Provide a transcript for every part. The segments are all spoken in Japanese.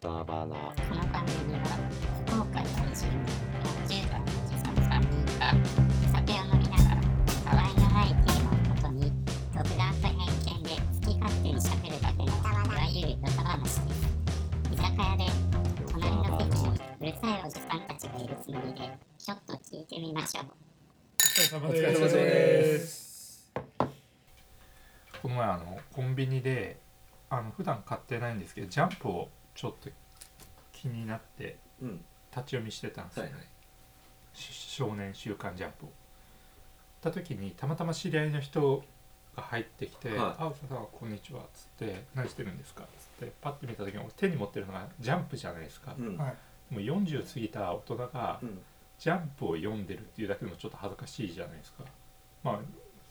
ターバーナーこのためには福岡在住の10代のおじさん3人が酒を飲みながらたわいのないテーマをもとに独断と偏見で好き勝手にしゃべるだけのいわゆるた話です居酒屋で隣の席にうるさいおじさんたちがいるつもりでちょっと聞いてみましょうおお疲れ様で。ですこの前あのコンビニであの普段買ってないんですけどジャンプをちょっと気になってうん。立ち読みしてたんですはよ、いはい。し少年週刊ジャンプを。た時にたまたま知り合いの人が入ってきてはい「あうささんこんにちは」っつって「何してるんですか?」っつってパッて見た時に俺手に持ってるのがジャンプじゃないですか、うん。はいもう40過ぎた大人がうん。ジャンプを読んでるっていうだけでもちょっと恥ずかしいじゃないですかまあ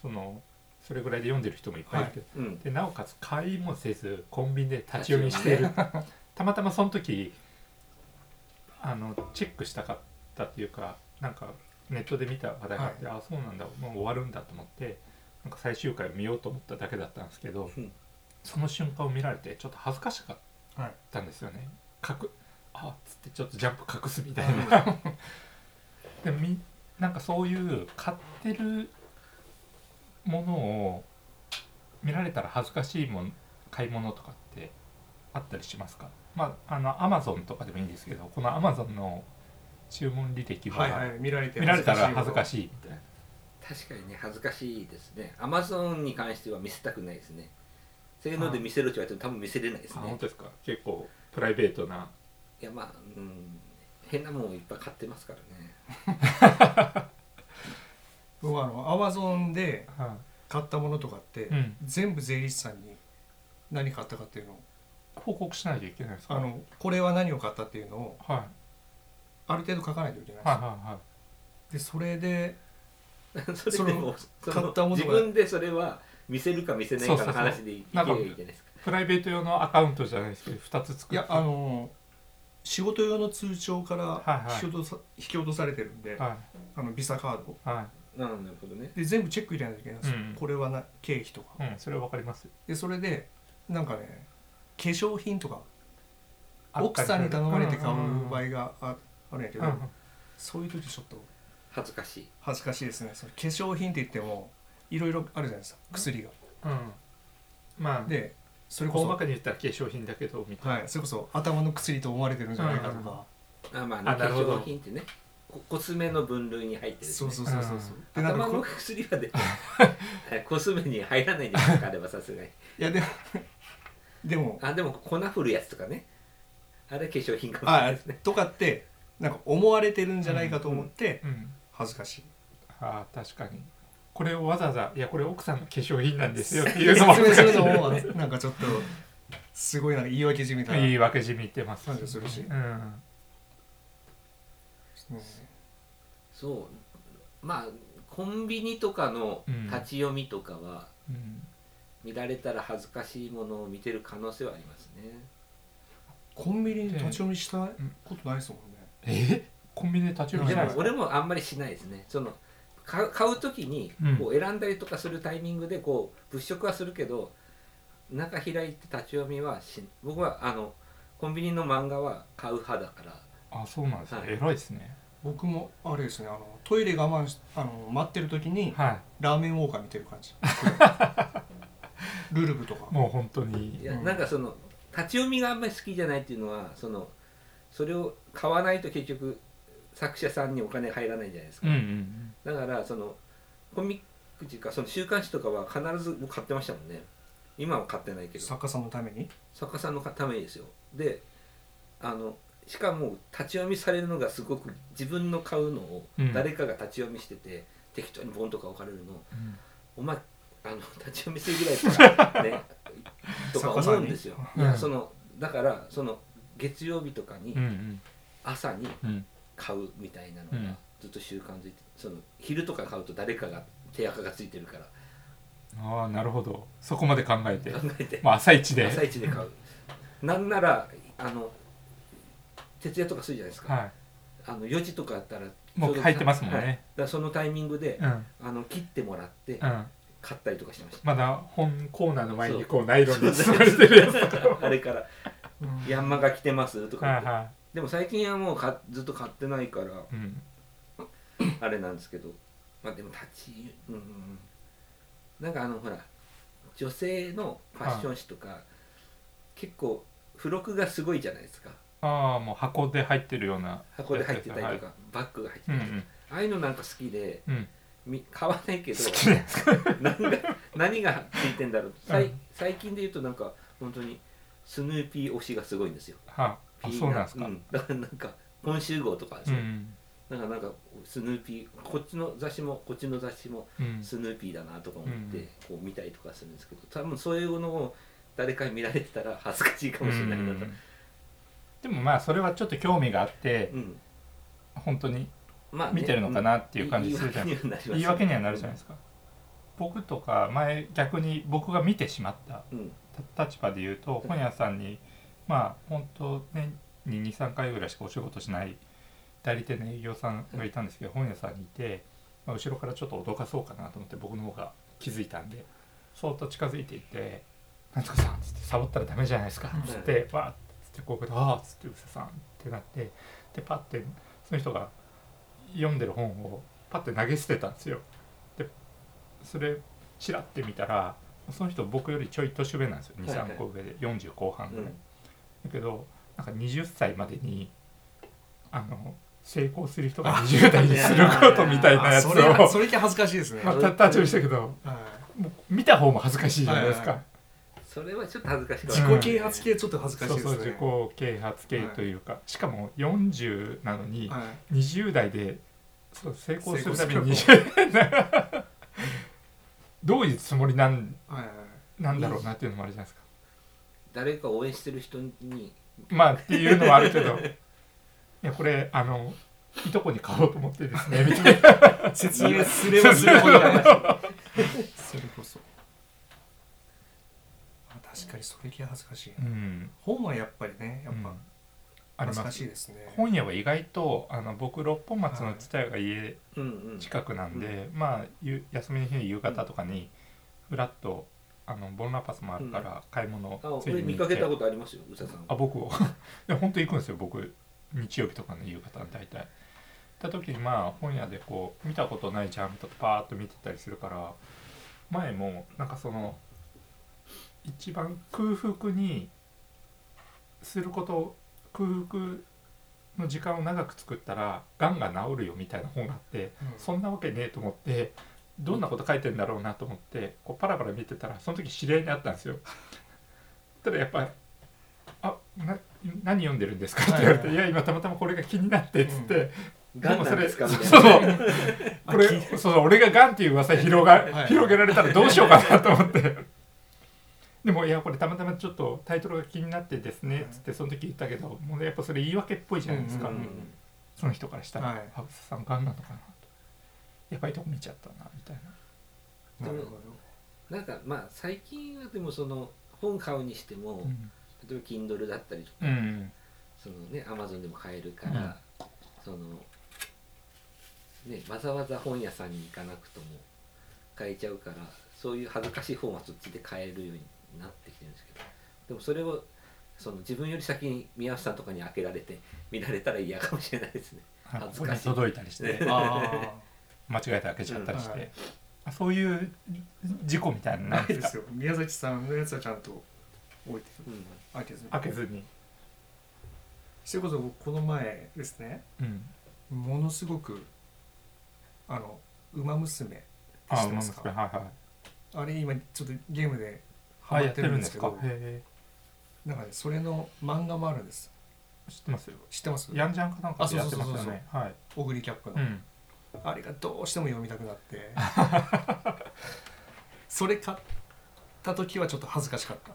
そのそれぐらいで読んでる人もいっぱいいて、うん。でなおかつ買いもせずコンビニで立ち読みしている たまたまその時あのチェックしたかったっていうかなんかネットで見た話題があって、あそうなんだもう終わるんだと思ってなんか最終回見ようと思っただけだったんですけど、うんその瞬間を見られてちょっと恥ずかしかっはいたんですよね隠あっつってちょっとジャンプ隠すみたいな でもみなんかそういう買ってるものを見られたら恥ずかしいもん買い物とかってあったりしますかまああのアマゾンとかでもいいんですけどこのアマゾンの注文履歴はいははい見られて見られたら恥ずかいしいみたいな確かにね、恥ずかしいですね。アマゾンに関しては見せたくないですね。せーので見せろって言われても多分見せれないですあ本ね当。ですか結構プライベートないや、まあ、うん。変なもんをいっぱい買ってますからね。僕はあのアマゾンでは買ったものとかって、うん全部税理士さんに何買ったかっていうのを報告しないといけないですかあのこれは何を買ったっていうのをはいある程度書かないといけないんですはよいはいはいでそれでそれでも、そのその買ったもの自が分でそれは見せるか見せないかの話でいけばそうそうそういいじゃないですか。プライベート用のアカウントじゃないですけど2つ作っていやあの仕事用の通帳かはいらはい引き落とさ,、引き落とされてるんで、はあのビザカードいはなるほどね。で全部チェック入れないといけないんですよ、うんこれはな経費とかいうんそれはわかりますでそれでなんかね化粧品とかあっ奥たりするさんに頼まれて買ううん場合がああるんやけうんど、うんうんそういう時ちょっと恥ずかしい。恥ずかしいですねその化粧品って言ってもいろいろあるじゃないですか薬がうんまあでそれこ大そまかに言ったら化粧品だけどみたいなはい、それこそ頭の薬と思われてるんじゃないかとうんか、あまあ、あね、な化るほど粧品ってね、ココスメの分類に入ってる、ね。そうそうそうそううんそうでなんか頭このう薬はでコスメに入らないでかあればさすがにいやでもでもあでも粉振るやつとかねあれ化粧品かもしれなあいですねとかってなんか思われてるんじゃないかと思ってうん恥ずかしい、あー確かにこれをわざわざ「いやこれ奥さんの化粧品なん ですよ」っていうのも説明するのもなんかちょっとすごいなんか言い訳じみたいな 言い訳じみ言ってます感じするしうんうんそうまあコンビニとかのうん立ち読みとかは、うん見られたら恥ずかしいものを見てる可能性はありますねコンビニで立ち読みしたことないですもんね、えコンビニで立うち寄んりでしもないですか俺もあんまりしないですねそのか買う時にうんこう選んだりとかするタイミングでこう物色はするけど中開いて立ち読みはし僕はあのコンビニの漫画は買う派だからあそうなんですねはい偉いですね僕もあれですねあのトイレ我慢しあの待ってる時にはラーメンウォーカー見てる感じルルブとかいもう本当いにやうんなんかその立ち読みがあんまり好きじゃないっていうのはそのそれを買わないと結局作者さんにお金入らないじゃないですうか、んうんだからそのコミックっていうかその週刊誌とかは必ず僕買ってましたもんね今は買ってないけど作家さんのために作家さんのためにですよであのしかも立ち読みされるのがすごく自分の買うのをうん誰かが立ち読みしてて、適当にボンとか置かれるのをうんお前あの 立ち読みすぎぐらい からねとか思うんですよ。にいやうんそのだからその月曜日とかにうんうん朝にうん買うみたいなのうんがずっと習慣づいてその昼とか買うと誰かが手垢がついてるからああなるほどそこまで考えて考えてまあ朝一で朝一で買う。なんならあの徹夜とかするじゃないですか。はあの4時とかだったらいもう入ってますもんはいだかねらそのタイミングでう、んあの切ってもらってうん買ったりとかしてました。 まだ本コーナーの前にこうナイロンそうに包まれてるやつ あれからうんヤンマが来てますとか言はっいて、はでも最近はもうかずっと買ってないからい、うん、あれなんですけどまあでも立ちうんなんかあのほら女性のファッション誌とか、結構付録がすごいじゃないですかああもう箱で入ってるような箱で入ってたりとか、はいバッグが入っうてたんりとか、ああいうのなんか好きでうんうんみ買わないけど好きなんですか何が何がついてんだろうさい、うん最近で言うとなんか本当にスヌーピー推しがすごいんですよはああそうなんですか、うだからなんか今週号とかですうんね、なんかなんかスヌーピーこっちの雑誌もこっちの雑誌もうんスヌーピーだなとか思ってうんこう見たりとかするんですけど多分そういうのを誰かに見られてたら恥ずかしいかもしれないなと、うんでもまあそれはちょっと興味があってうん本当にま見てるのかなっていう感じするじゃん言い訳にはなります言い訳にはなるじゃないですか僕とか前逆に僕が見てしまったうんた立場で言うと本屋さんにまあ本当年に23回ぐらいしかお仕事しない代理店の営業さんがいたんですけど本屋さんにいて、まあ後ろからちょっと脅かそうかなと思って僕の方が気づいたんでそーっと近づいていって「なんとかさん」っつって「サボったらダメじゃないですか」っつってわーっつってこういうこと「あーっつって「うささん」ってなってでパッてその人が読んでる本をパッて投げ捨てたんですよ。でそれちらって見たらその人僕よりちょい年上なんですよはいはい23個上で40後半ぐうらい、んだけどなんか20歳までにあの成功する人が20代にすることみたいなあやつをそれはそれって恥ずかしいですね、まあはた立ち寄りしたけどもう見た方も恥ずかしいじゃないですか、はいそれはちょっと恥ずかしいいかうもし自己啓んれない発系ちょっと恥ずかしいそうですそうね自己啓発系というか、しかも40なのに、はい20代でそう成功するために成功する20代 どういうつもりなんはいはいなんだろうなっていうのもあるじゃないですか誰か応援してる人にまあっていうのはあるけどいやこれあのいとこに買おうと思ってですねみたいなはい説明すればするほどそれこそあ確かにそれ系恥ずかしいうん本はやっぱりねやっうぱんあり恥ずまかすしいですね、本屋は意外とあの僕六本松の自体が家うんうん近くなんで、まあゆ休みの日の夕方とかにふらっとあのボンラパスもあるから買い物あつい俺でに見行かってけたことありますよ宇佐さんあ僕を いや本当行くんですよ僕日曜日とかの夕方大体行った時にまあ本屋でこう見たことないジャンルとかパーッと見てたりするから前もなんかその一番空腹にすること空腹の時間を長く作ったらがんが治るよみたいな本があってうんそんなわけねえと思ってどんなこと書いてんだろうなと思ってこうパラパラ見てたらその時知り合いに会ったんですよ。ただやっぱ「あな何読んでるんですか?」って言われて「はいいや今たまたまこれが気になって」っつって「ガンなんですかみそたういなそうあこれ聞いそうそう俺がガンっていう噂広が、はい広げられたらどうしようかなと思ってでもいやこれたまたまちょっとタイトルが気になってですねっつってその時言ったけどもうやっぱそれ言い訳っぽいじゃないですか、うんうんうんその人からしたらはい「羽生さんガンなのかな」と「やばいとこ見ちゃったな」みたいな。なるほどなんかまあ最近はでもその本買うにしても、うん例えば Kindle だったりとか、うんそのね Amazon でも買えるから、そのねわざわざ本屋さんに行かなくとも買えちゃうからそういう恥ずかしい本はそっちで買えるようになってきてるんですけどでもそれをその自分より先に宮内さんとかに開けられて見られたら嫌かもしれないですね。あ恥ずここかにしい届いたりしてあ間違えて開けちゃったりして、うんはいあそういう事故みたいあなのなないいでですすかよ宮崎さんのやつはちゃんと置いてるうん開けずに開けずに、それこそ僕この前ですねうん、ものすごくあの「ウマ娘」あ知ってますすかかはいはいあれ今ちょっとゲームでハあマやっっててるるんんでですすけかどへなんかねそれの漫画もあるんですえ知ってますよ知ってますヤンジャンかなんかあでそうやそっうてそうまそうすよねはい、オグリキャップの、うん、あれがどうしても読みたくなって それ買った時はちょっと恥ずかしかった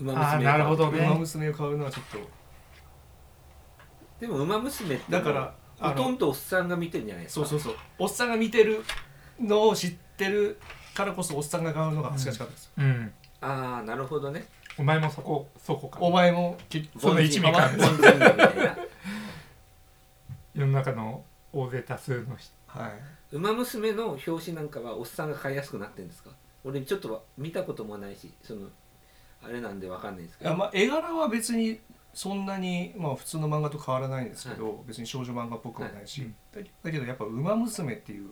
馬あー娘なるほ「どウねマ娘」を買うのはちょっとでも馬娘ってだからほあのとんどおっさんが見てるんじゃないですそかうそうそうおっさんが見てるのを知ってるからこそおっさんが買うのが恥ずかしかったですよ、うん、ああなるほどねお前もそこそこかお前も結その一味か 凡人みたいな世の中の大勢多数の人はいウマ娘の表紙なんかはおっさんが買いやすくなってるんですか俺ちょっと見たこともないしそのあれなんでわかんないですけいやど、まあ、絵柄は別にそんなに、まあ、普通の漫画と変わらないんですけど、別に少女漫画っぽくもないし、はいだだけどやっぱ「ウマ娘」っていう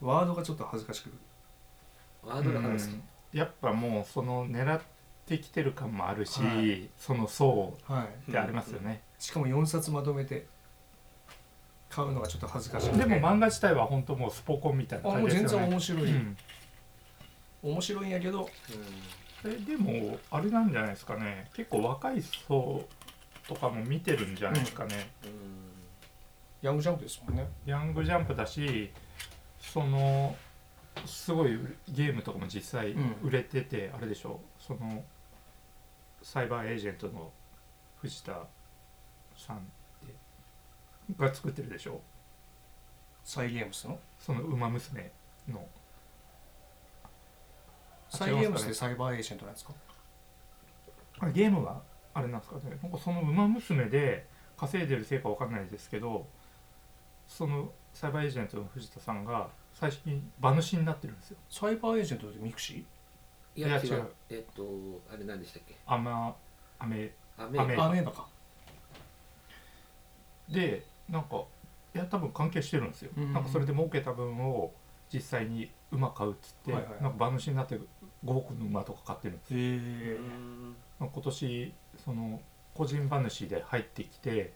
ワードがちょっと恥ずかしくワードがうなんんですか、やっぱもうその狙ってきてる感もあるし、はいその層はい、ってありますよね、しかも4冊まとめて買うのがちょっと恥ずかしくてでも漫画自体は本当もうスポコンみたいなあ感もうじ全ですよ然ね面白い、うん面白いんやけどえでもあれなんじゃないですかね結構若い層とかも見てるんじゃないですかね、うんうんヤングジャンプですもんねヤングジャンプだしそのすごいゲームとかも実際うん売れてて、あれでしょそのサイバーエージェントの藤田さんでが作ってるでしょサイ・ゲームスのその「ウマ娘」のサイ・ゲームスって違いますサイバーエージェントなんですかあゲームはあれなんですかねなんかその「ウマ娘」で稼いでるせいかわかんないですけどそのサイバーエージェントの藤田さんが最初に馬主になってるんですよサイバーエージェントってミクシーいやいや違う違うえっとあれ何でしたっけアマアメアメーアメアメーバかでなんかいや多分関係してるんですよ、うんなんかそれで儲けた分を実際に馬買うっつって、はいはいはいなんか馬主になって5億の馬とか買ってるんですよへえうんなんか今年その個人馬主で入ってきて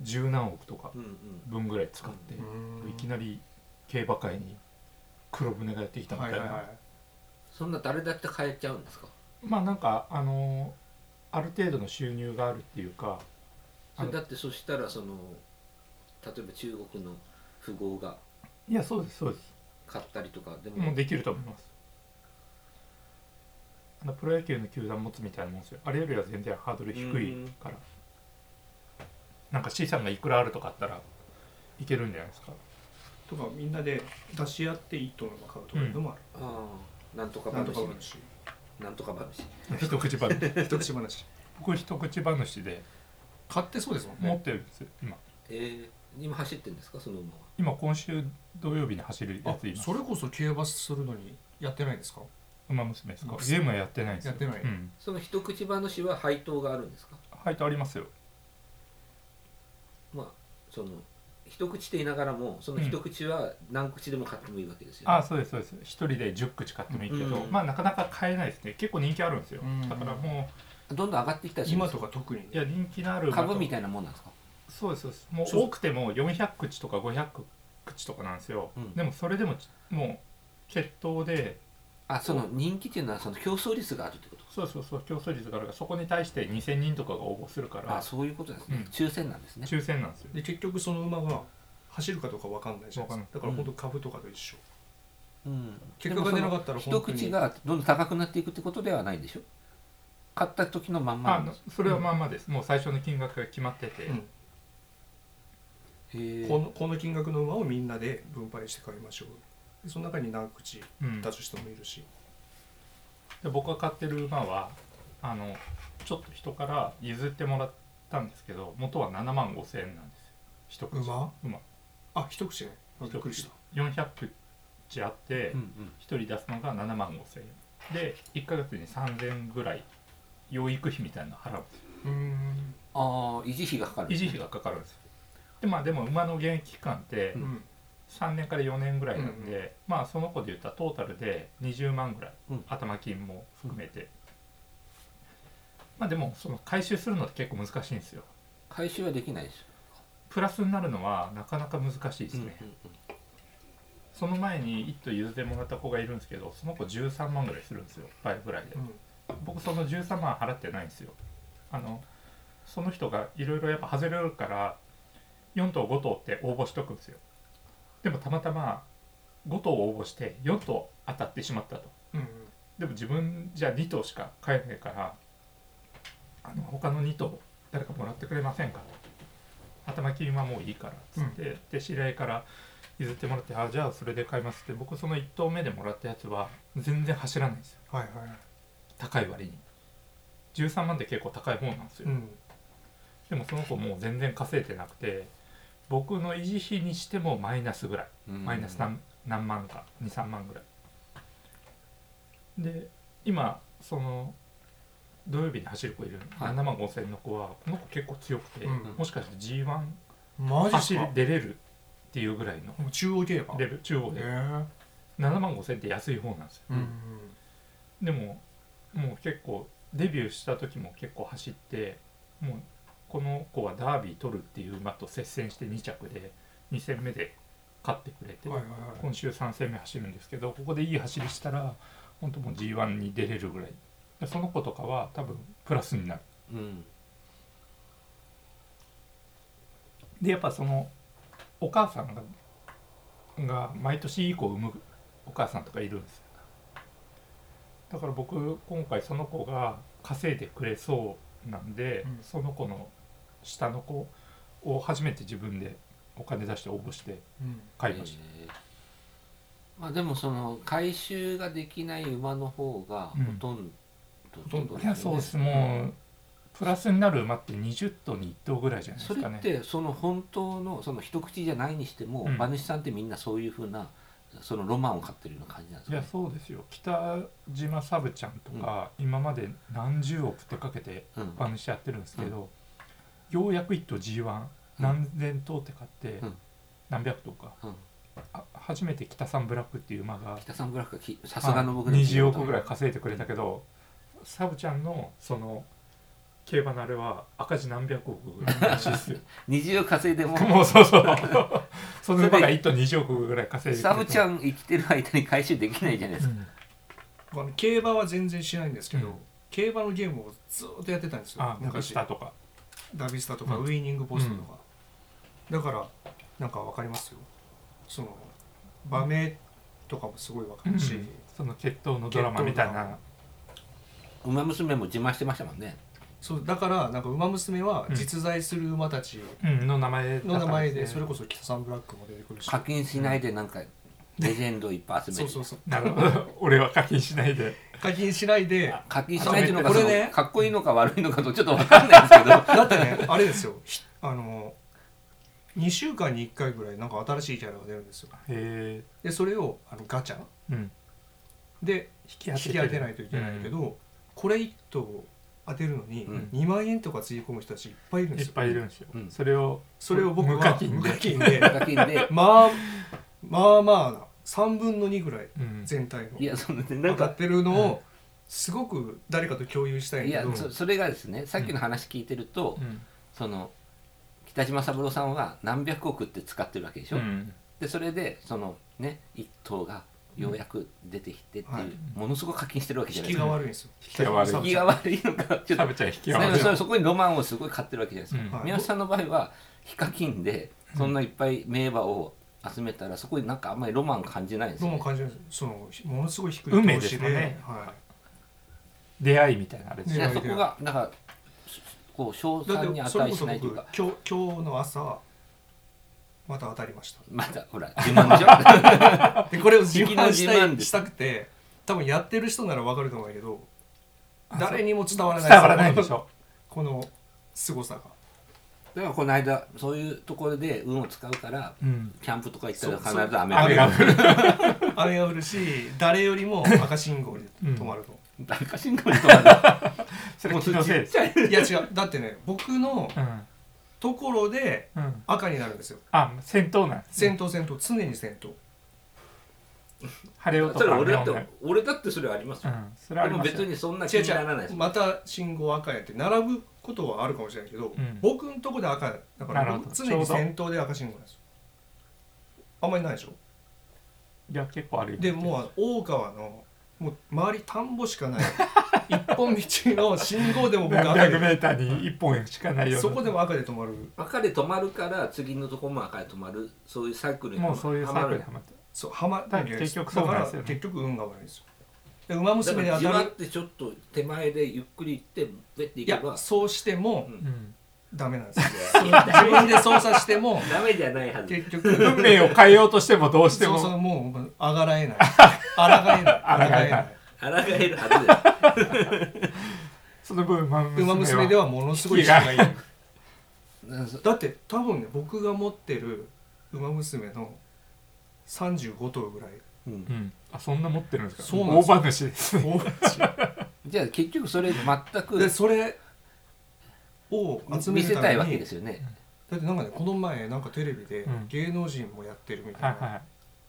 十何億とかうんうん分ぐらい使って、いきななり競馬界に黒船がやってきたみたはいいな、はいはいそんな誰だって変えちゃうんですかまあなんかあのーある程度の収入があるっていうかあそのれだってそしたらその例えば中国の富豪がいやそうですそうです買ったりとかでももうできると思いますあのプロ野球の球団持つみたいなもんですよあれよりは全然ハードル低いからなんか C さんがいくらあるとかあったらいけるんじゃないですかとかみんなで出し合って一頭の馬買うとかいうのもある、ああなんとかなんと話か ね話なんとか話一口話一口話僕一口話で買ってそうですもん持っねてるんですよ今えー、今走ってんですかその馬は今今週土曜日に走るやあついますそれこそ競馬するのにやってないんですか馬娘ですか馬ゲ娘ームはやってないんですよやってないうん、その一口話は配当があるんですか配当ありますよまあその一口って言いながらもその一口は何口でも買ってもいいわけですよ、あそうですそうです一人で10口買ってもいいけど、うんまあなかなか買えないですね結構人気あるんですよ、うんだからもどんどん上がってきたりするん今ですとかか特にういや人気のある馬と株みたいなもんなんですかそうですそうですもうそう多くても400口とか500口とかなんですよ、うんでもそれでもちもう決闘であその人気っていうのはその競争率があるってことそうそうそう競争率があるからそこに対して2000人とかが応募するかあらそういうことですね、うん抽選なんですね抽選なんですよで結局その馬が走るかどうかわかんないじゃないですかだわからかんない本当株とかと一緒、うん結果が出なかったら一本当に口がどんどん高くなっていくってことではないでしょ買った時のまんまなあんでのすそれはまあまあです、もう最初の金額が決まってて、うんへえこのこの金額の馬をみんなで分配して買いましょうでその中に何口うん出す人もいるし、で僕が買ってる馬はあのちょっと人から譲ってもらったんですけど元は7万5000円なんですよ一口馬馬あ一口ねあびっくりした400口あって、うんうん1人出すのが7万5000円で1ヶ月に3000円ぐらい養育費みたいなの払うんですようーんああ維持費がかかる維持費がかかるんですよでまあでも馬の現役期間ってうん3年から4年ぐらいなんで、うまあその子で言ったらトータルで20万ぐらい、うん頭金も含めて、まあでもその回収するのって結構難しいんですよ回収はできないでしプラスになるのはなかなか難しいでょ、すね、その前に1頭譲ってもらった子がいるんですけどその子13万ぐらいするんですよ倍ぐらいで、うん僕その13万払ってないんですよあのその人がいろいろやっぱ外れるから4頭5頭って応募しとくんですよでもたまたま5頭応募して4頭当たってしまったとうんでも自分じゃ2頭しか買えないからあの他の2頭誰かもらってくれませんかと頭金はもういいからっつって、で知り合いから譲ってもらってあじゃあそれで買いますって僕その1頭目でもらったやつは全然走らないんですよはいはいはい高い割に13万って結構高い方なんですよ、うんでもその子もう全然稼いでなくて僕の維持費にしてもマイナスぐらいうんマイナス何何万か23万ぐらいで今その土曜日に走る子いるはい7万5千の子はこの子結構強くて、うんもしかして G1 マジっ走すりか出れるっていうぐらいのもう中央競馬レベル中央へでえ7万5千って安い方なんですよ、うんでももう結構デビューした時も結構走ってもうこの子はダービー取るっていう馬と接戦して2着で2戦目で勝ってくれて、はいはいはい今週3戦目走るんですけどここでいい走りしたら本当もう g 1に出れるぐらいでその子とかは多分プラスになるうんでやっぱそのお母さんがが毎年いい子を産むお母さんとかいるんですよだから僕今回その子が稼いでくれそうなんで、うんその子の下の子を初めて自分でお金出して応募してうん買いました、えーまあ、でもその回収ができない馬の方がほとんど、ほとんどいやそうですもうプラスになる馬って20頭に1頭ぐらいじゃないでそすれかっねてその本当のその一口じゃないにしても、うん馬主さんってみんなそういうふうなそのロマンを買ってるような感じなんですいかやねそうですよ北島サブちゃんとか、今まで何十億ってかけてうん馬主やってるんですけど、ようやく一頭 g 1何千頭って買って、うん何百頭かうんあ初めて北さんブラックっていう馬が北さんブラックがきさすがの僕はい20億ぐらいか稼いでくれたけど、サブちゃんのその競馬のあれは赤字何百億ぐらいらしいですよ20億稼いでも もうそうそう その馬が一頭20億ぐらい稼いでくれサたブちゃん生きてる間に回収できないじゃないですか、うん僕あの競馬は全然しないんですけど、うん競馬のゲームをずーっとやってたんですよあなんか昔下とかダビスタとかうんウイニングポストとか、だからなんかわかりますよその場名とかもすごいわかるし、うんその決闘のドラマみたい決闘ドラなマ馬娘も自慢してましたもんねそうだからなんか馬娘はうん実在する馬たちうんの名前の名前でそれここそ北サンブラックも出てくるし、課金しないでなんかレジェンドいっぱい集めて、そうそうそうそなるほど俺は課金しないで課金しないで課金しないっていうのがこれそのねかっこいいのか悪いのかとちょっとわかんないですけどだって ねあれですよひあの2週間に1回ぐらいなんか新しいキャラが出るんですよへでそれをあのガチャえうんで引引き当てないといけないけど、これ1頭当てるのにうん2万円とかつぎ込む人たちいっぱいいるんいでっすよ、ぱいいるんですよ、うんそれをそれを僕は無課金無で課金で課金でまあまあまあな3分の2ぐらいうん全体のいやそのねな当んたかってるのをすごく誰かと共有したいんいだやけどそそれがですねさっきの話聞いてると、うんその北島三郎さんは何百億って使ってるわけでしょ、うんでそれでそのね一頭がようやく出てきてっていう、うんはいものすごく課金してるわけじ引ゃないできすがか悪いんですよ引きが悪いサ引ブきちゃんが悪いのかちょっとサブちゃん引きで合もわせそるれそこにロマンをすごい買ってるわけじゃないですか、うんはい宮内さんの場合はヒカキンでそんないっぱい名馬を集めたらそこになんかあんまりロマン感じないんですどよ、うもね、感じるんですよそのひものすごい低い運命投です資よでねは出会いみたいなあれで感すじいよねやそこがだからしこう賞い、だ賛っにてそれ値こしそないと僕いう今か日今日の朝また当たりましまたほら自慢でしょたでこれを自引きの慢自した慢いですしたくて多分やってる人ならわかると思うんだけどあ誰にも伝わらない伝わらないでしょこの凄さがだからこの間そういうところで運を使うからうんキャンプとか行ったらそう必ず雨雨がが降る降る 雨が降る し誰よりも赤信号で止まると、誰か信号に止ま そるれ気のせいですちっちゃいいや違うだってね僕のうんところでうん赤になるんですよあ戦闘なんですね先頭先頭常に先頭晴れ男それ俺雨だって女俺だってそれありますうよ、んそれはあでりまもす別よにそんな気違うにならない違でうすまた信号赤やって並ぶことはあるかもしれないけど、うん僕のとこで赤だかなるらほど常に先頭で赤信号なんですよあんまりないでしょいや結構悪いでもう大川のもう周り田んぼしか ない一本道の信号でも僕何赤百でメーターに1本しかないようなそこでも赤で止まる赤で止まるから次のとこも赤で止まるそういうサイクルにもうそういうサークルにははまってそうはまだから結局そうなんですだからよね結局運が悪いんですよで馬まるだか娘でら当じたわっるてちょっと手前でゆっくり行ってベッてい行けやばそうしてもうんうんダメなん ですよ自分で操作して もダメじゃないはず結運局命を変えようとしてもどうしてそうそうももうあがらえ ないあらがえないあらがえない抗えるはずだよその分馬娘馬は娘ではものすごい引きが人がいるだって多分ね僕が持ってる馬娘の35頭ぐらいうんうんあそんな持ってるんですかそうなんです大馬主ですねおうちじゃあ結局それ全でくそれを集め見るせたいわめけにですよね。だってなんかねこの前なんかテレビでうん芸能人もやってるみたは いいなのは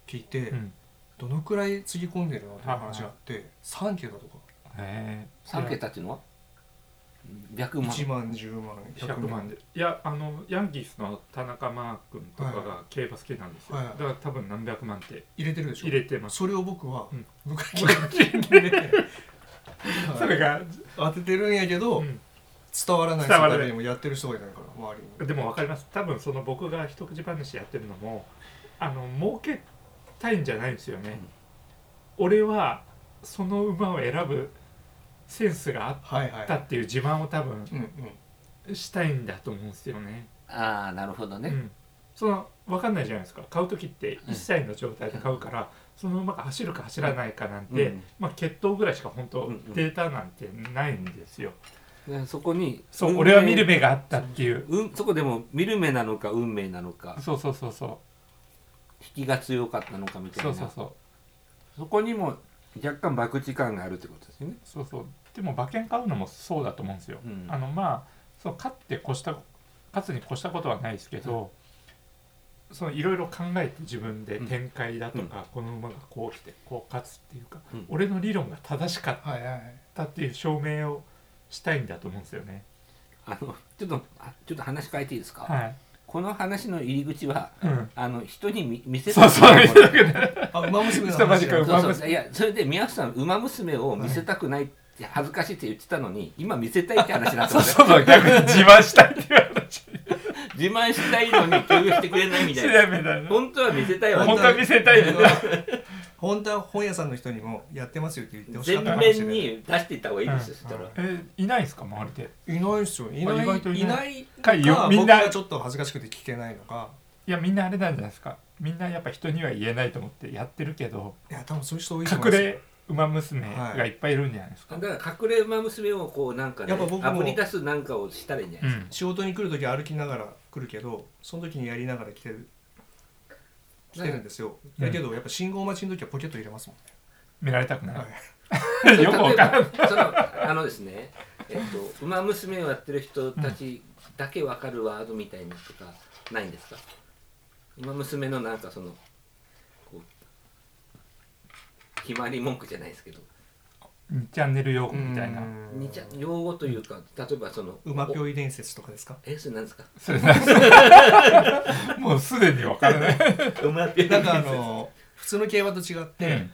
聞いて、い、うん、どのくらいつぎ込んでるのっていう話があって、三3桁とかええ3桁っていうのは白馬1万10万100万でいやあのヤンキースの田中マー君とかが競馬好きなんですよ、はいだから多分何百万って入れてるでしょ入れてますそれを僕はうん無課金で、はいそれが、当ててるんやけど、うん伝わらない伝わらない世界でもやってる人がいないから周りにでも分かります多分その僕が一口話やってるのもあの儲けたいんじゃないんですよね、俺はその馬を選ぶセンスがあっはいはいたっていう自慢を多分うんうんしたいんだと思うんですよね、ああなるほどうね、ん、その分かんないじゃないですか買う時って1歳の状態で買うから、その馬が走るか走らないかなんて、うんまあ、血統ぐらいしか本当うんうんデータなんてないんですよ、でそこにそう俺は見る目があったっていう、うんそこでも見る目なのか運命なのかそうそうそうそ引きが強かったのかみうたいそなうそうそうそこにも若干博打感があるってことですよね。そうそうでも馬券買うのもそうだと思うんですよ、うんあのまあそう勝って越した勝つに越したことはないですけど、そのいろいろ考えて自分でうん展開だとか、この馬がこう来てこう勝つっていうか、うん俺の理論が正しかっはいはいはいたっていう証明をしたいんだと思うんですよね。あのちょっとあちょっと話変えていいですか、はい、この話の入り口はうん、あの人に見見せそうそう見せたそうくないあ馬娘の下ま話でやかそういやそれで宮内さん「ウマ娘」を見せたくないって恥ずかしいって言ってたのに今見せたいって話になってそうますそうそう逆に自慢したいっていう話自慢したいのに共有してくれないみたいなみたいな本当は見せたい わ本当は見せたいあねの 本当は本屋さんの人にもやってますよって言ってほしか全ったかもしれない面に出していった方がいいですよそしたら。えいないんですか周りでいないっすよいなあい意外といいなないのかよかみん僕ながちょっと恥ずかしくて聞けないのかいやみんなあれなんじゃないですかみんなやっぱ人には言えないと思ってやってるけどいや多分そういう人多いと思いま隠すよれ馬娘がいっぱいいるんじゃないですか、だから隠れ馬娘をこうなんかねやっぱ僕もあぶり出すなんかをしたらいいんじゃうないですん仕事に来る時歩きながら来るけどその時にやりながら来てる来てるんですよ、うんだけどやっぱ信号待ちの時はポケット入れますもんね、見られたくない、はい か。よくわからん例えばそのあのですね、えっと馬娘をやってる人たちだけわかるワードみたいなのとかないんですか。馬娘のなんかそのこう決まり文句じゃないですけど、 2チャンネル用語みみたたいいななにちゃ用語というか例えばその馬ぴおょい伝説とかですかえそれなんですか。それなんかもうすでに分からない、馬ぴょいなんかあの普通の競馬と違っうてん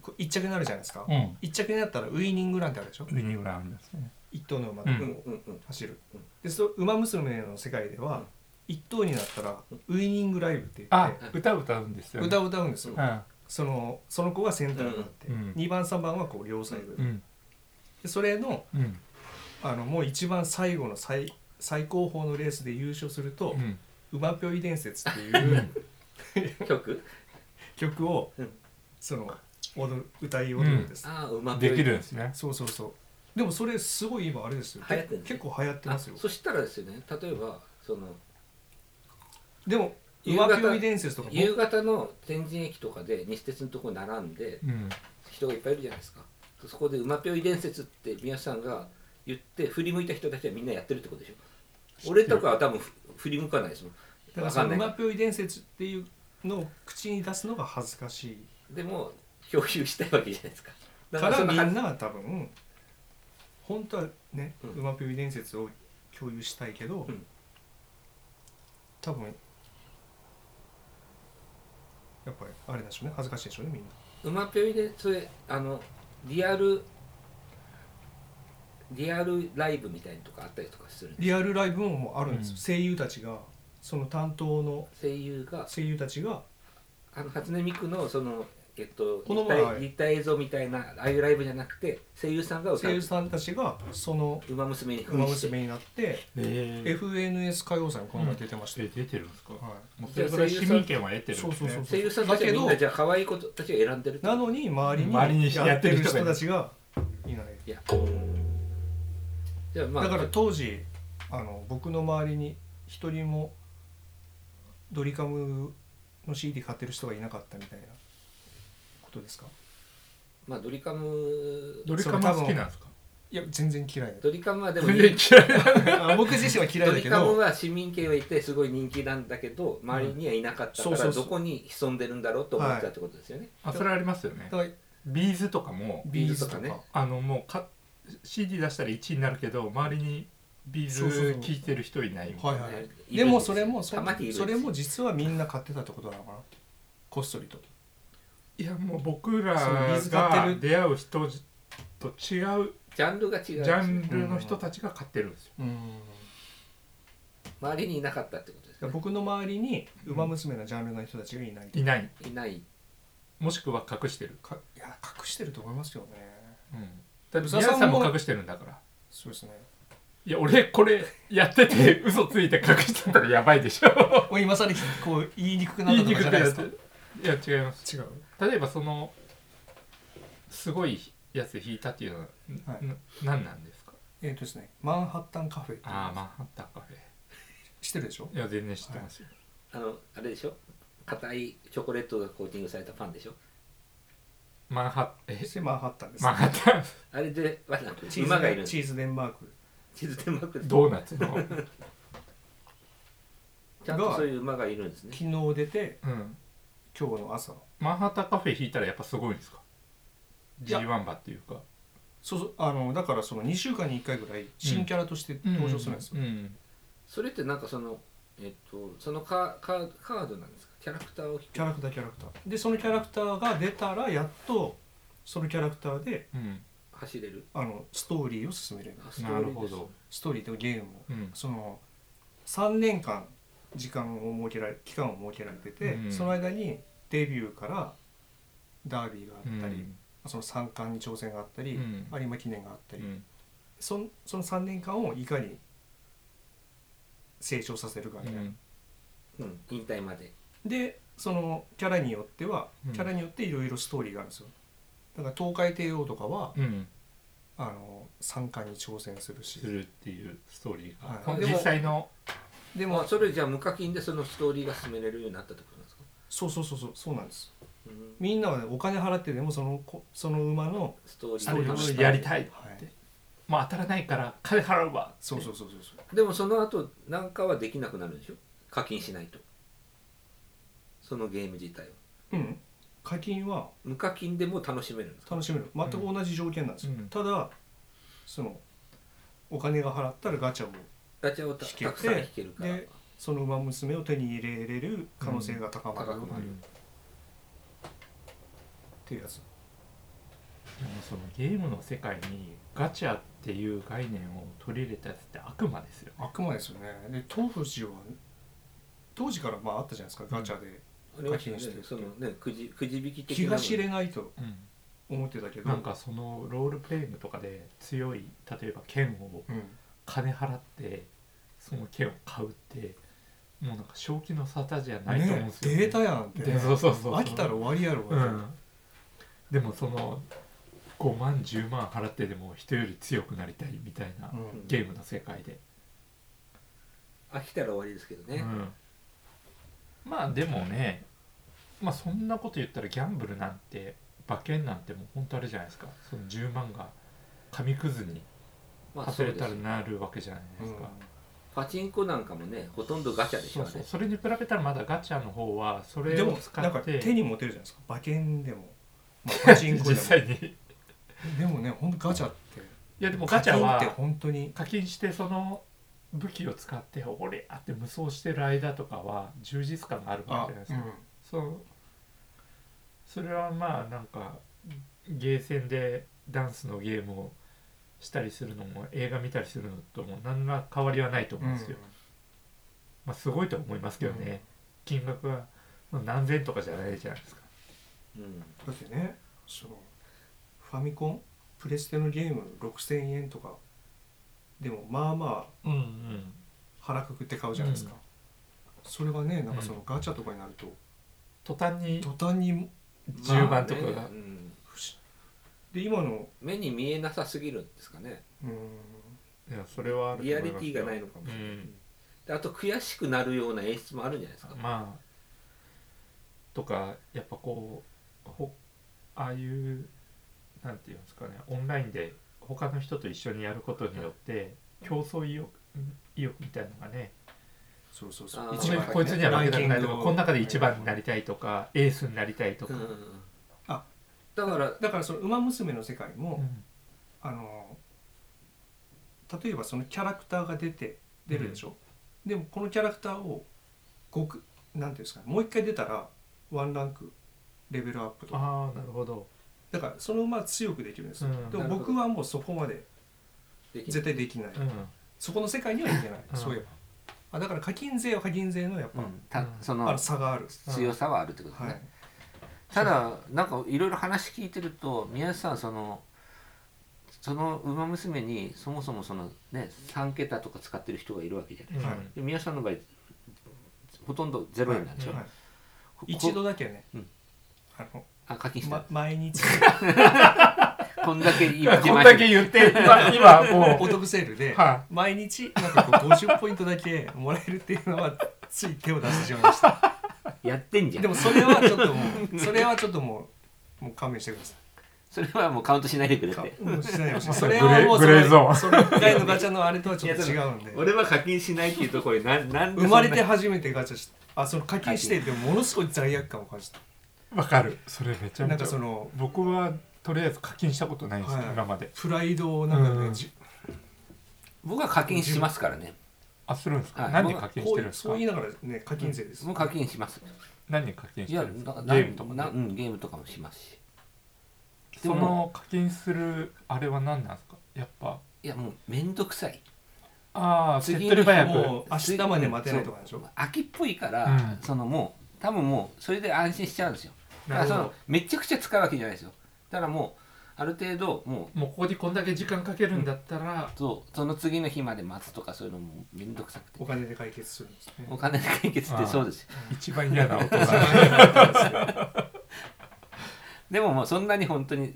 こう一着になるじゃないですか、うん、一着になったらウイニングランってあるでしょウィニングラウンドですね一頭の馬うがんうんうんうん。走る、うんでその馬娘の世界では一頭になったらウイニングライブって言っあて歌歌うんですよ、ね、歌を歌うんですよ、うんそのその子がセンターになって、うん2番3番はこう両サイドで,、うんでそれのうんあのもう一番最後の最最高峰のレースで優勝するとう、ん馬ぴょい伝説っていう曲？曲を、うんその踊る歌い踊るんです、ああ馬ぴでょいきるんですねそうそうそうでもそれすごい今あれですよ流行ってるね結構流行ってますよあそしたらですよね例えばそのでも夕方馬ぴょい伝説とかも夕方の天神駅とかで西鉄のとこ並んでうん人がいっぱいいるじゃないですかそこで「馬ぴょい伝説」って宮下さんが言って振り向いた人たちはみんなやってるってことでしょ俺とかは多分ふ振り向かないですもだんからわそかんのない馬ぴょい伝説っていうのを口に出すのが恥ずかしいでも共有したいわけじゃないですかだからそのみんはなは多分本当はね、うん馬ぴょい伝説を共有したいけど、うん多分やっぱりあれなんでしょうね恥ずかしいでしょうねみんな馬ぴょいでそれあのリアルリアルライブみたいなのとかあったりとかするんですリアルライブももうあるんですよ、うん声優たちがその担当の声優が声優たちがあの初音ミクのそのえっとこの立前体立体映像みたいなああいうライブじゃなくて声優さんが歌声う優さんたちがその馬娘に扮馬して娘になって、え FNS 歌謡祭にこの前出てましたよ、出てるんですかはもうそれぐらい市民権は得てい、るんですそうねそうそう声優さんただちはけみんどなじゃあ可愛い子たちを選んでるってなのに周り周りににややっっててるる人が人いるたちがいないいやじゃあまあだから当時あの僕の周りに一人もドリカムの CD 買ってる人がいなかったみたいなことですかまあドリカムドリカムは好きなんですかいや全然 嫌いドリカムはで も全然嫌い だあ僕自身は嫌いドだリけカムどは市民権を言ってすごい人気なんだけど周りにはいなかったかうんそうそらうそうどこに潜んでるんだろうと思ったってことですよね。あそれありますよねだからビーズとかもビーズとかビーズとかねあのもうか CD 出したら1位になるけど周りにビーそうそうズそう聴いてる人いないみたいはいなはいねでもそれもそたまにいるんですそれも実はみんな買ってたってことなのかなこっそりといやもう僕らそうビーズ買ってがる出会う人と違うジャンルが違うジんですャよンルの人たちが買ってるんですようん周りにいなかったってことですよね。僕の周りに「ウマ娘」なジャンルの人たちがいない、いないいないもしくは隠してる、かいや隠してると思いますよねうん、だって宇佐さん皆さんもも隠してるんだからそうですねいや俺これやってて嘘ついて隠してたらやばいでしょもう今更こう言いにくくなっ言たいとにかくじゃくないでなっすかていや違います違う例えばそのすごいやつ弾いたっていうのは、はいな何なんですかえっ、とですねマンハッタンカフェっていうああマンハッタンカフしてるでしょェいや全然知ってますよ、あのあれでしょ硬いチョコレートがコーティングされたパンでしょマンハッえしてマンハッタンです、マンハッタンあれでわなんかチーズ馬がいるんですチーズデンマーク地図でまくドーナ ツの、ちゃんとそういう馬がいるんですね昨日出てうん、今日の朝マンハッタンカフェ弾いたらやっぱすごいんですかいや G1 バっていうかそうそうあのだからその2週間に1回ぐらい新キャラとして登場するんですよ、うんうんそれってなんかそのえっとそのカカーカードなんですかキャラクターをキャラクターキャラクターでそのキャラクターが出たらやっとそのキャラクターでうん走れるあのストーリーを進めれるあストなーるリーほですど、ストーリーとゲームをうん、その3年間時間を設けられ期間を設けられてて、うんその間にデビューからダービーがあったり、うんその三冠に挑戦があったり、うん有馬記念があったうり、んそんその3年間をいかに成長させるかみたいな、うん引退まででそのキャラによってはうんキャラによっていろいろストーリーがあるんですよだから東海帝王とかは、うん、あの三冠に挑戦するしするっていうストーリーが、はい実際のででももそれじゃあ無課金でそのストーリーが進めれるようになったってことなんですか、そうそうそうそうそうなんですうん、みんなは、ね、お金払ってでもそのこその馬の、ストーリスあトーリーれををーしやりたいって、はい、まあ当たらないから金払うわってそうそうそうそうそうでもその後なんかはできなくなるんでしょ課金しないとそのゲーム自体はうん課金は無課金でも楽しめるんですか楽しめる全く同じ条件なんですよ、うんただそのお金が払ったらガチャをガチャをた引けてたくさん引けるからでその馬娘を手に入れれる可能性が高まるうん高くなっるていうやつ、でもそのゲームの世界にガチャっていう概念を取り入れたやつって悪魔ですよねあくまですよねで当時は当時からまああったじゃないですかガチャであれはね課金してるそのねくじくじ引き的気なのが知れないとう思ってたけんどなんかそのロールプレイングとかで強い例えば剣をうん金払ってその剣を買うってもうなんか正気の沙汰じゃないと思うんですよ、ねデータやんって、で そうそうそう飽きたら終わりやろみたういな、んでもその5万10万払ってでも人より強くなりたいみたいなうんゲームの世界で、飽きたら終わりですけどね、うん、まあでもねまあそんなこと言ったらギャンブルなんて馬券なんてもう本当あれじゃないですかその10万が紙くずにまあ外そうれですたらよなるわけじゃないですか、パチンコなんかもねほとんどガチャでしそょうあそれうそれに比べたらまだガチャの方はそれでをも使なんかって手に持てるじゃないですか馬券でも、まあ、パチンコで 実も際にいでもねほんとガチャってやでもガチャ課金っては本当に課金してその武器を使っておりゃって無双してる間とかは充実感があるわあけじゃないですうか、んそうそれはまあなんかゲーセンでダンスのゲームをしたりするのも映画見たりするのとも何ら変わりはないと思うんですよ、まあすごいとは思いますけどね、うん金額はまあ何千とかじゃないじゃないですかうんだってねそのファミコンプレステのゲーム6000円とかでもまあまうんうんあ腹くくって買うじゃないですか、それがねなんかそのガチャとかになると途端に途端に10番とかがまあねうん不思で今の目に見えなさすぎるんですかねうんいやそれはあると思リアいますリよティがないのかもしれない、うんであと悔しくなるような演出もあるんじゃないですか、まあとかやっぱこうほああいうなんていうんですかねオンラインで他の人と一緒にやることによって競争意欲意欲みたいのがねそうそうあそうーこのねこいつには負けたくないとかこの中で一番になりりたいとかエースになりたいとか、うんうんうんあだからだからその「馬娘」の世界も、うんあの例えばそのキャラクターが出て出るでしょ、でもこのキャラクターをごくなんていうんですかねもう一回出たらワンランクレベルアップとかああなるほど、だからその馬は強くできるんですよ、うんでも僕はもうそこまででき絶対できない、うん、そこの世界にはいけない、うんそういえばあだから課金税は課金税のやっぱ、うんたうんそあのの差がある、強さはあるってことだはね、いただなんかいろいろ話聞いてると宮内さんそのその「ウマ娘」にそもそもそのね3桁とか使ってる人がいるわけじゃないうんはいで宮内さんの場合ほとんどゼロ円なんでしょ、はいこ一度だけね、うんあのあ課金した、ま、毎 日こんだけ言ってこまんしただけ言って今今もお得セールで、うは毎日なんかこう50ポイントだけもらえるっていうのはつい手を出してしまいましたやってんじゃんでもそれはちょっともうそれはちょっともうもう勘弁してくださそれはもうカウントしないでくれいかてもうしないでほしいまあそれはもうそグレーれゾーンそれ以外のガチャのあれとはちょっと違うんで俺は課金しないっていうところになんなんで生まれそてんな初めてガチャしたあその課金してでもものすごい罪悪感を感じたわかるそれめちゃなめんちかゃその僕はとりあえず課金したことないんですよ、はい今までプライドをなんかね、うんじ僕は課金しますからねあするんですか、はい何に課金しこてうるんですかそう言いながらね課金税です、もう課金します何に課金しいてやるんですなかなゲームとかなでうんゲームとかもしますしでそもの課金するあれは何なんですかやっぱいやもうめんどくさいああ手っ次取り早くもう明日まで待てないとかでしょそう秋っぽいから、うんそのもう多分もうそれで安心しちゃうんですよだなかるらほどそのめちゃくちゃ使うわけじゃないですよだからもうある程度ももうここにこんだけ時間かけるんだったら、うそうその次の日まで待つとかそういうのもめんどくさくてお金で解決するんですねお金で解決ってそうですよ一番嫌な音が でももうそんなに本当に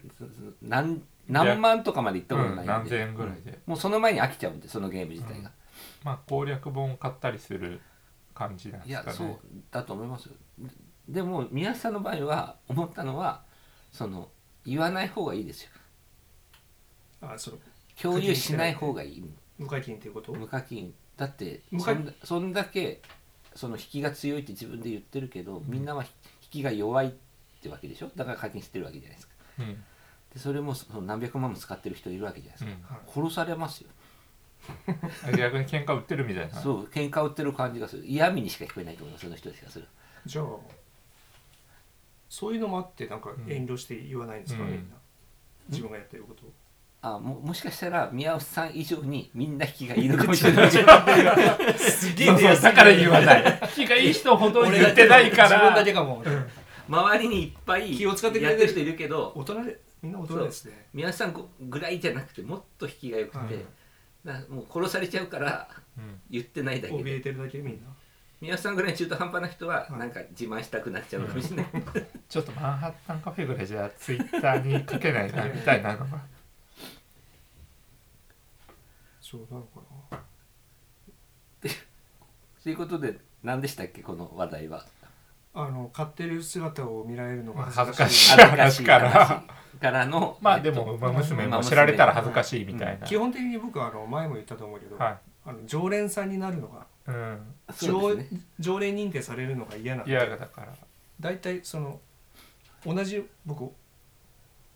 何何万とかまでいったことうんないん何で、千円ぐらいで、もうその前に飽きちゃうんでそのゲーム自体が、まあ攻略本を買ったりする感じなんいでやすかそうねだと思いますよでも宮下さんの場合は思ったのはその言わない方がいいですよあその共有しない方がいい無課金っていうこと無課金だって無そ課んだそんだけその引きが強いって自分で言ってるけど、みんなは引きが弱いってわけでしょだから課金してるわけじゃないですかうんでそれもその何百万も使ってる人いるわけじゃないですか、う殺されますようん逆に喧嘩売ってるみたいなそう喧嘩売ってる感じがする嫌味にしか聞こえないと思いますその人しかするじゃあそういうのもあってなんかん遠慮して言わないんですか、うんみんな自分がやってることをあももしかしたら宮内さん以上にみんな引きがいいのかもしれないいす そうそうだから言わない気がいい人ほど言ってないか自分らだけかも、周りにいっぱい気を使ってくやれっててるる人いるけど大人でみんな大人ですね宮内さんごぐらいじゃなくてもっと引きが良くて、なもう殺されちゃうから うん言ってないだけで怯えてるだけみんな宮内さんぐらい中途半端な人ははいなんか自慢したくなっちゃうかもしれない、ちょっとマンハッタンカフェぐらいじゃツイッターに書けないなみたいなのがそうなのかな ということで何でしたっけこの話 題はあの買ってる姿を見られるのが恥ずかしい恥ずか話しいから話からのまえあっでとも「ウマ娘」も知られたら恥ずかしいみたいな、基本的に僕はあの前も言ったと思うけど、はあの常連さんになるのがい、うん、そうですね常連認定されるのが嫌なんで嫌だから大体その同じ僕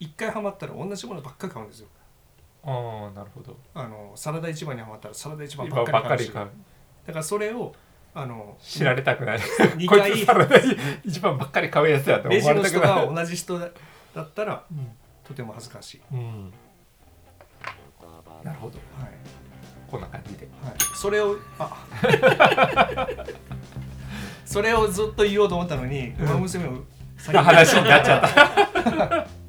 一回ハマったら同じものばっか買うんですよああなるほどあのサラダ一番にハマったらサラダ一番ば今っかばりっ買かうりしかだからそれをあ の知られたくない2こいつサ回ラダ一番ばっかり買うやつだとレ思ジわれのたく人ながい、同じ人だだったらうんとても恥ずかしい、うん、なるほどはいこんな感じではい、それを あ それをずっと言おうと思ったのに「馬娘」を先に話になっちゃった